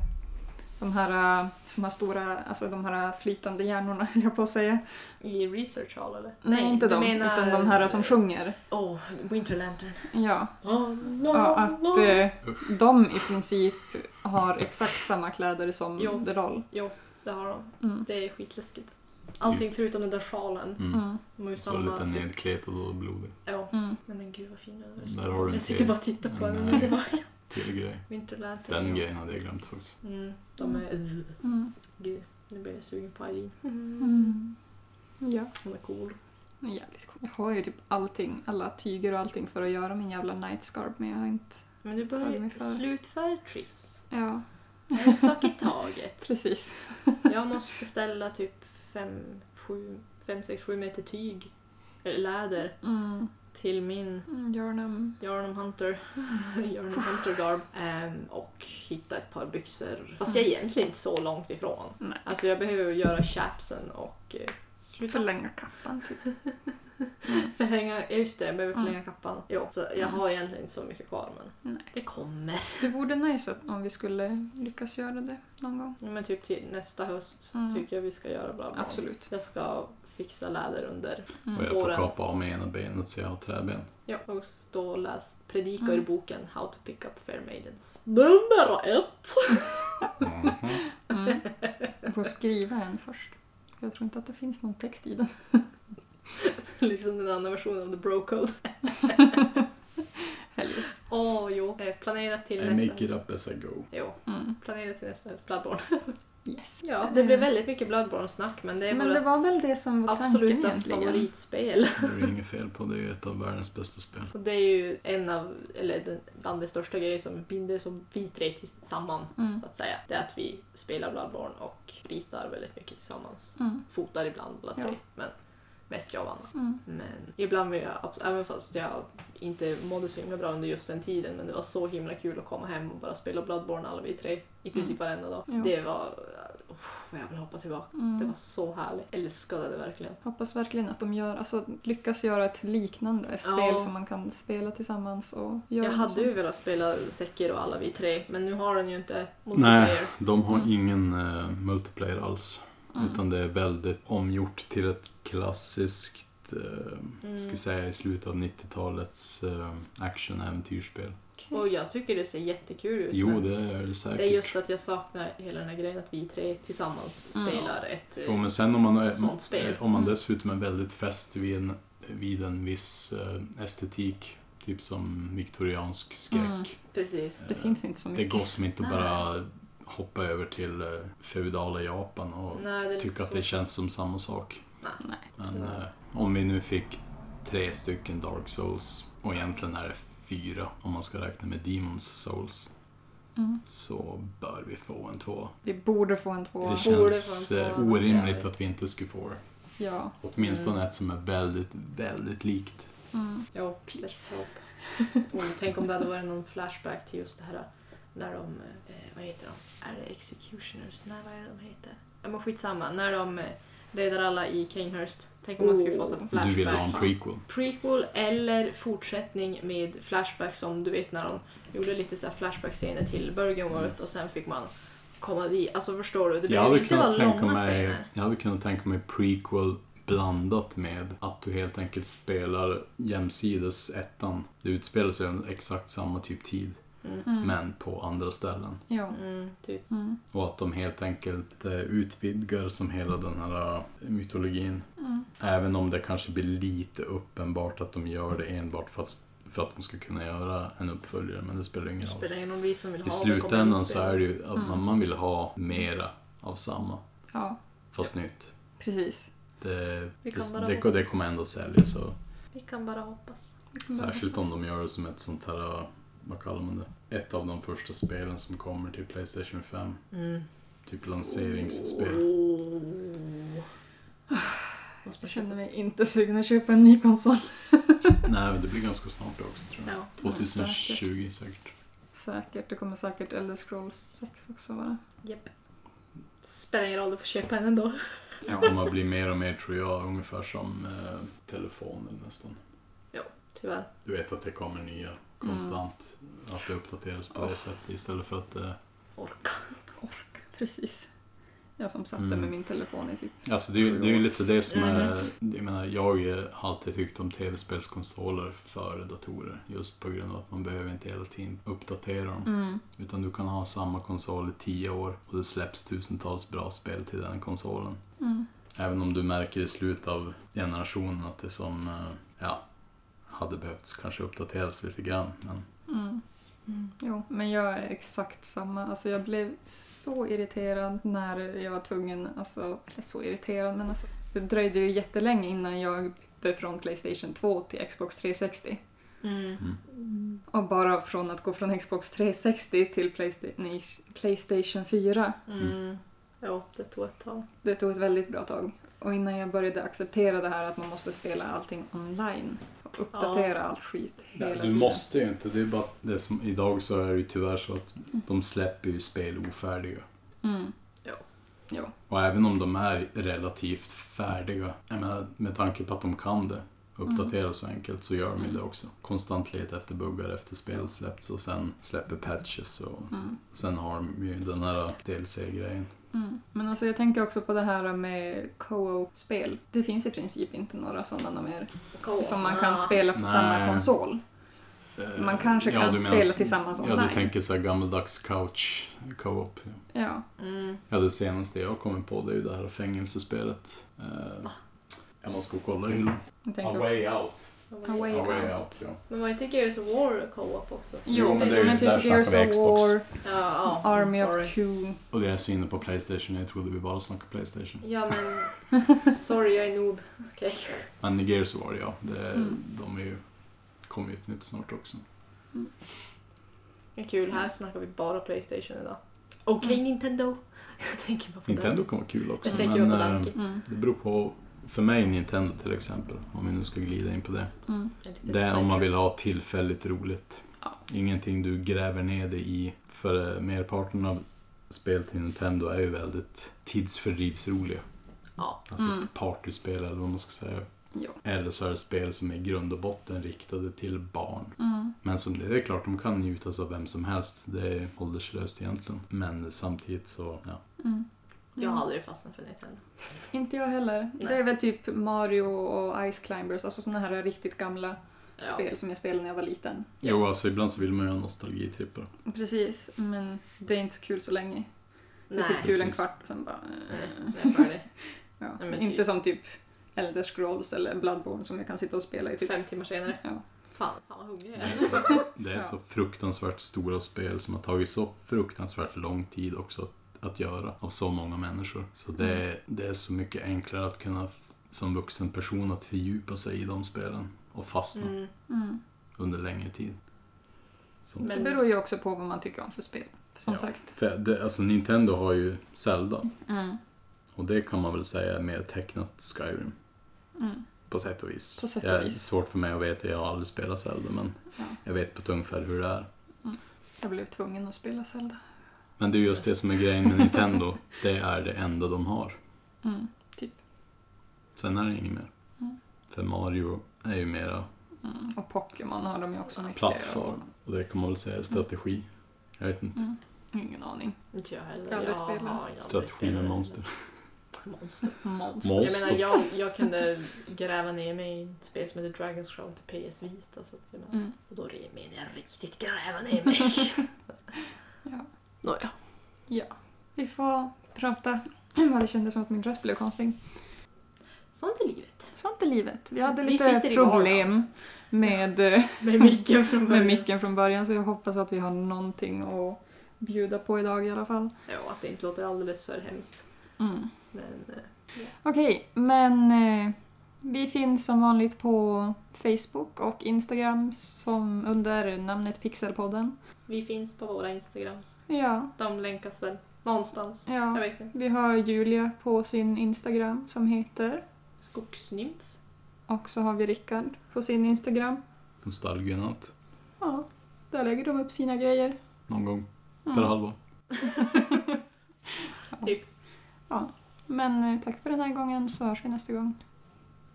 B: de här, eh, som har stora, alltså de här flytande hjärnorna höll jag på att säga.
A: I Research Hall eller?
B: Nej, inte
A: du
B: de, utan de här som sjunger.
A: Åh, Winter Lantern.
B: Ja,
A: Oh,
B: ja att eh, de i princip har exakt samma kläder som
A: Jo.
B: The Doll.
A: Det har de.
B: Mm.
A: Det är skitläskigt. Allting förutom den där sjalen.
C: Mm.
B: Mm.
A: De har ju
C: Typ. Så lite
A: samma typ.
C: nedkletad och blodig.
A: Ja.
B: Mm.
A: Nej men gud vad fin den är.
C: Där har du en
A: Jag sitter
C: till,
A: bara och tittar på
C: Men,
A: den.
C: nej.
A: Det var
C: till grej.
A: Winter Lantern.
C: Den grejen hade jag glömt faktiskt.
A: Mm, de är...
B: Mm.
A: Gud, nu blir jag sugen på Eileen.
B: Mm. Ja.
A: Hon är cool.
B: Den är Jävligt cool. Jag har ju typ allting, alla tyger och allting för att göra min jävla nightscarf men jag har inte...
A: Men du
B: Talar
A: börjar
B: mig för.
A: slutför Triss.
B: Ja,
A: En sak i taget.
B: precis.
A: Jag måste beställa typ 5, 7, 5, 6, 7 meter tyg. Eller läder.
B: Mm.
A: Till min
B: Mm, Jornum.
A: Yarnum Hunter. Yarnum Hunter garb. Ehm, och hitta ett par byxor. Fast jag är egentligen inte så långt ifrån.
B: Nej.
A: Alltså jag behöver göra chapsen och eh, sluta
B: Förlänga kappan typ.
A: Förhänga, ja, just det, jag behöver
B: Mm.
A: förlänga kappan. Jo, så jag har egentligen inte så mycket kvar men
B: Nej.
A: det kommer.
B: Det vore nice att- om vi skulle lyckas göra det någon gång.
A: Ja, Men typ till nästa höst
B: Mm.
A: tycker jag vi ska göra bla bla.
B: Absolut.
A: Jag ska fixa läder under
C: Och jag
B: Mm.
C: får
A: Våren.
C: kapa av mig ena benet så jag har träben.
A: ja, och stå och läs, predika ur
B: Mm.
A: boken How to pick up fair maidens. Nummer ett!
C: Mhm.
A: Mm-hmm.
B: Mm. Du får skriva en först. Jag tror inte att det finns någon text i den.
A: liksom den andra versionen av The Bro Code.
B: Helges.
A: Åh jo, eh, planera till
C: I
A: nästa
C: make it
A: höst.
C: up as I go.
A: Jo,
B: Mm.
A: planera till nästa höst. Bloodborne.
B: Yes.
A: Ja, det blev
B: Mm.
A: väldigt mycket Bloodborne-snack men det är
B: Men det
A: vårt
B: var väl det som var tanken
A: absoluta
B: egentligen.
A: favoritspel.
C: Det är inget fel på, det är ett av världens bästa spel.
A: Och det är ju en av, eller den, bland de största grejer som binder som vi tre tillsammans,
B: Mm.
A: så att säga. Det är att vi spelar Bloodborne och ritar väldigt mycket tillsammans.
B: Mm.
A: Fotar ibland alla tre,
B: Ja.
A: men mest jag och Anna.
B: Mm.
A: Men ibland vill jag, abs- även fast jag inte mådde så himla bra under just den tiden, men det var så himla kul att komma hem och bara spela Bloodborne alla vi tre. I princip varenda dag.
B: Mm. Ja.
A: Det var... Oh, vad jag vill hoppa tillbaka.
B: Mm.
A: Det var så härligt. Älskade det verkligen.
B: Hoppas verkligen att de gör, alltså, lyckas göra ett liknande spel som man kan spela tillsammans och göra
A: Jag hade ju
B: sånt.
A: velat spela Sekiro och alla vi tre, men nu har den ju inte
C: Nej,
A: multiplayer.
C: de har
B: Mm.
C: ingen eh, multiplayer alls.
B: Mm.
C: Utan det är väldigt omgjort till ett klassiskt, eh,
A: Mm.
C: skulle säga i slutet av 90-talets eh, action-äventyrsspel.
B: Okej.
A: Och jag tycker det ser jättekul ut.
C: Jo,
A: men
C: det är väl säkert.
A: det är just att jag saknar hela den här grejen att vi tre tillsammans
B: Mm.
A: spelar ett... eh,
C: Jo, men sen om man, är, eh,
A: Sånt spel.
C: om man
B: Mm.
C: dessutom är väldigt fäst vid en, vid en viss eh, estetik, typ som viktoriansk skräck.
B: Mm.
A: Precis.
B: Det
C: eh,
B: finns inte så
C: Det
B: mycket.
C: går som inte att bara hoppa över till eh, feudala Japan och
A: Nej, det är lite
C: tycka att det
A: svårt.
C: känns som samma sak.
B: Nej.
C: Men
A: Tyvärr.
C: eh, om vi nu fick tre stycken Dark Souls, och egentligen är det fyra om man ska räkna med Demons Souls,
B: Mm.
C: så bör vi få en två.
B: Vi borde få en tvåa.
C: Det
A: Borde
C: känns
A: få en
C: eh,
A: tvåa,
C: orimligt
A: tyvärr.
C: att vi inte skulle få det.
B: Ja.
C: Åtminstone
A: Mm.
C: ett som är väldigt, väldigt likt.
B: Mm.
A: Jo, let's hope. Och tänk om det hade varit någon flashback till just det här när de, eh, vad heter de? Är det Executioners? Nej, vad är det de heter? Ja, men skitsamma. När de eh, dödar alla i Kanehurst. Tänk om man skulle få så ett flashback.
C: Du vill ha en prequel.
A: Prequel eller fortsättning med flashback som du vet när de gjorde lite så här flashback-scener till Bergenworth och sen fick man komma dit. Alltså förstår du? Det
C: Jag
A: behöver
C: hade,
A: inte vara
C: kunnat tänka
A: långa
C: mig,
A: scener.
C: jag hade kunnat tänka mig prequel blandat med att du helt enkelt spelar jämsides ettan. Det utspelar sig under exakt samma typ tid,
A: Mm.
B: Mm.
C: men på andra ställen.
B: Ja.
A: Mm, typ.
B: Mm.
C: Och att de helt enkelt eh, utvidgar som hela den här eh, mytologin.
B: Mm.
C: Även om det kanske blir lite uppenbart att de gör det enbart för att, för att de ska kunna göra en uppföljare, men det spelar ingen
A: Det
C: roll.
A: spelar ingen roll, vi som vill ha
C: I
A: det
C: slutändan så är det ju att
B: Mm.
C: man, man vill ha mera av samma,
B: ja,
C: fast nytt.
B: precis.
C: Det,
A: Vi kan
C: det,
A: bara
C: det, det kommer ändå sälja så
A: Vi kan bara hoppas.
B: Mm.
C: särskilt om de gör det som ett sånt här, vad kallar man det? Ett av de första spelen som kommer till Playstation 5.
A: Mm.
C: Typ
A: Oh.
C: lanseringsspel.
A: Åh.
B: Jag känner mig inte sugen att köpa en ny konsol.
C: Nej, men det blir ganska snart det också tror jag.
A: Ja.
C: 2020 säkert.
B: Säkert. Det kommer säkert Elder Scrolls 6 också vara.
A: Japp. Spelar ingen roll, du får köpa en ändå.
C: Det kommer att bli mer och mer tror jag, ungefär som eh, telefoner nästan.
A: Tyvärr.
C: Du vet att det kommer nya konstant. Att det uppdateras på det sättet istället för att eh, det
A: Orka.
B: Mm. Ork. Precis. Jag som satte
C: Mm.
B: med min telefon i typ...
C: Alltså det, är ju- det är ju lite det som är...
B: Mm.
A: Mhm.
C: Jag menar, jag har alltid tyckt om tv-spelskonsoler före datorer. Just på grund av att man behöver inte hela tiden uppdatera dem.
B: Mm.
C: Utan du kan ha samma konsol i tio år och det släpps tusentals bra spel till den konsolen.
B: Mm.
C: Även om du märker i slutet av generationen att det som... eh, Ja, hade behövts kanske uppdateras lite grann. Men
B: Mm. Jo, men jag är exakt samma. Alltså jag blev så irriterad när jag var tvungen, alltså, eller så irriterad, men alltså det dröjde ju jättelänge innan jag bytte från Playstation 2 till Xbox 360.
A: Mm.
C: mm.
B: Och bara från att gå från Xbox 360 till Playsta- nej, Playstation 4,
A: Mm. Ja, det tog ett tag.
B: det tog ett väldigt bra tag. Och innan jag började acceptera det här att man måste spela allting online och uppdatera all skit hela
C: Nej, du
B: tiden.
C: måste ju inte. Det är bara det som idag så är det ju tyvärr så att de släpper ju spel ofärdiga.
B: Mm.
A: Ja.
B: Jo.
C: Och även om de är relativt färdiga, jag menar, med tanke på att de kan det, uppdatera så enkelt, så gör de ju
B: Mm.
C: det också. Konstant letar efter buggar efter spelet släppts och sen släpper patches och
B: Mm.
C: sen har de ju den här DLC-grejen.
B: Mm. Men alltså jag tänker också på det här med co-op-spel. Det finns i princip inte några sådana mer som man kan spela på
C: Nej.
B: samma konsol.
C: Eh,
B: Man kanske
C: ja,
B: kan
C: du menar-
B: spela tillsammans online.
C: Ja, du tänker så här gammaldags couch co-op. ja.
B: Ja.
A: Mm.
C: Ja, det senaste jag kommer på det är ju det här fängelsespelet. Eh, jag måste gå och kolla hyllan.
B: Jag tänker
C: A
B: också.
C: way out.
A: Vad
B: A
A: var
B: Way
A: det?
C: A way
B: Out.
C: out, ja.
A: Men var inte Gears of War co-op också?
B: Jo,
C: Jo, men
B: men,
C: det är ju- där
B: typ
C: snackar
B: Gears
C: vi
B: of
C: Xbox.
B: War,
A: Ja, ja. mm,
B: Army
A: sorry.
B: of Two.
C: Och det är så inne på Playstation, jag trodde vi bara snackade Playstation.
A: Ja, men... Sorry, jag är noob. Okej.
C: Men Gears of War, ja. Det,
B: Mm.
C: De är ju, kommer ju ett nytt snart också.
A: Det är Kul, här snackar vi bara Playstation idag. Okej,
B: Mm.
A: Nintendo. Jag tänker bara på
C: Nintendo
A: den.
C: kommer vara kul också.
A: Jag tänker bara på
C: eh,
A: Danke.
B: Mm.
C: det beror på, för mig Nintendo till exempel, om vi nu ska glida in på det.
B: Mm.
C: Det är om man vill ha tillfälligt roligt. Ingenting du gräver ner dig i. För eh, merparten av spel till Nintendo är ju väldigt tidsfördrivsroliga.
A: Ja.
C: Alltså
B: Mm.
C: partyspel eller vad man ska säga.
B: Jo.
C: Eller så är det spel som är i grund och botten riktade till barn.
B: Mm.
C: Men som det är klart, de kan njutas av vem som helst. Det är ålderslöst egentligen. Men samtidigt så, ja.
B: Mm.
A: Jag har
B: Mm.
A: aldrig fastnat för Nintendo.
B: Inte jag heller.
A: Nej.
B: Det är väl typ Mario och Ice Climbers, alltså såna här riktigt gamla
A: Ja.
B: spel som jag spelade när jag var liten.
C: Jo, alltså ibland så vill man ju ha nostalgitrippar.
B: Precis, men det är inte så kul så länge. Det är
A: Nej.
B: typ kul en
C: Precis.
B: kvart och sen bara...
A: Nej,
B: eh,
A: jag är färdig.
B: Ja.
A: Nej, men
B: inte
A: typ-
B: som typ Elder Scrolls eller Bloodborne som jag kan sitta och spela i typ...
A: Fem timmar senare.
B: Ja.
A: Fan, fan vad hungrig jag är.
C: Det är
B: Ja.
C: så fruktansvärt stora spel som har tagit så fruktansvärt lång tid också att, att göra av så många människor. Så det,
A: Mm.
C: är- det är så mycket enklare att kunna f- som vuxen person att fördjupa sig i de spelen och fastna
A: Mm.
B: Mm.
C: under längre tid. Som
A: Men-
B: Det beror ju också på vad man tycker om för spel. Som
C: Ja.
B: sagt.
C: För det, alltså Nintendo har ju Zelda
B: Mm.
C: och det kan man väl säga är mer tecknat Skyrim
B: Mm.
C: på sätt och vis.
B: På sätt
C: det är
B: och vis.
C: svårt för mig att veta, jag har aldrig spelat Zelda men
B: Ja.
C: jag vet på ett ungefär hur det är.
B: Jag blev tvungen att spela Zelda.
C: Men det är just det som är grejen med Nintendo, det är det enda de har.
B: Mm.
C: Sen är det inget mer.
B: Mm.
C: För Mario är ju mera,
B: Mm. Och Pokémon har de ju också mycket.
C: Plattform. och det kan man väl säga, är strategi. Jag vet inte.
B: Mm. Ingen aning.
A: Inte jag heller.
B: Jag har aldrig spelat.
A: har aldrig
C: Strategi med
A: spelat.
C: monster.
A: Monster.
B: Monster.
C: Monster.
A: Jag menar, jag, jag kunde gräva ner mig i ett spel som heter Dragon's Crown till PS Vita. Så att, jag menar,
B: Mm.
A: och då menar jag riktigt gräva ner mig.
B: Ja.
A: Nåja.
B: Vi får prata. Vad det kändes som att min röst blev konstig.
A: Sånt är livet.
B: Sånt är livet. Vi hade
A: Vi
B: lite
A: sitter i
B: problem med, eh,
A: Med micken från början.
B: med micken från början så jag hoppas att vi har någonting att bjuda på idag i alla fall.
A: Ja, att det inte låter alldeles för hemskt.
B: Mm.
A: Men eh,
B: Okej, men eh, vi finns som vanligt på Facebook och Instagram som under namnet Pixelpodden.
A: vi finns på våra Instagrams.
B: Ja,
A: De länkas väl någonstans. Jag
B: ja.
A: vet inte.
B: Vi har Julia på sin Instagram som heter
A: Skogsnymf.
B: och så har vi Rickard på sin Instagram.
C: Nostalginant.
B: Ja, där lägger de upp sina grejer.
C: Någon gång
B: Mm.
C: per halvår.
B: Men eh, tack för den här gången så hörs vi nästa gång.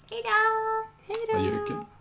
A: Hejdå!
C: Adjöken.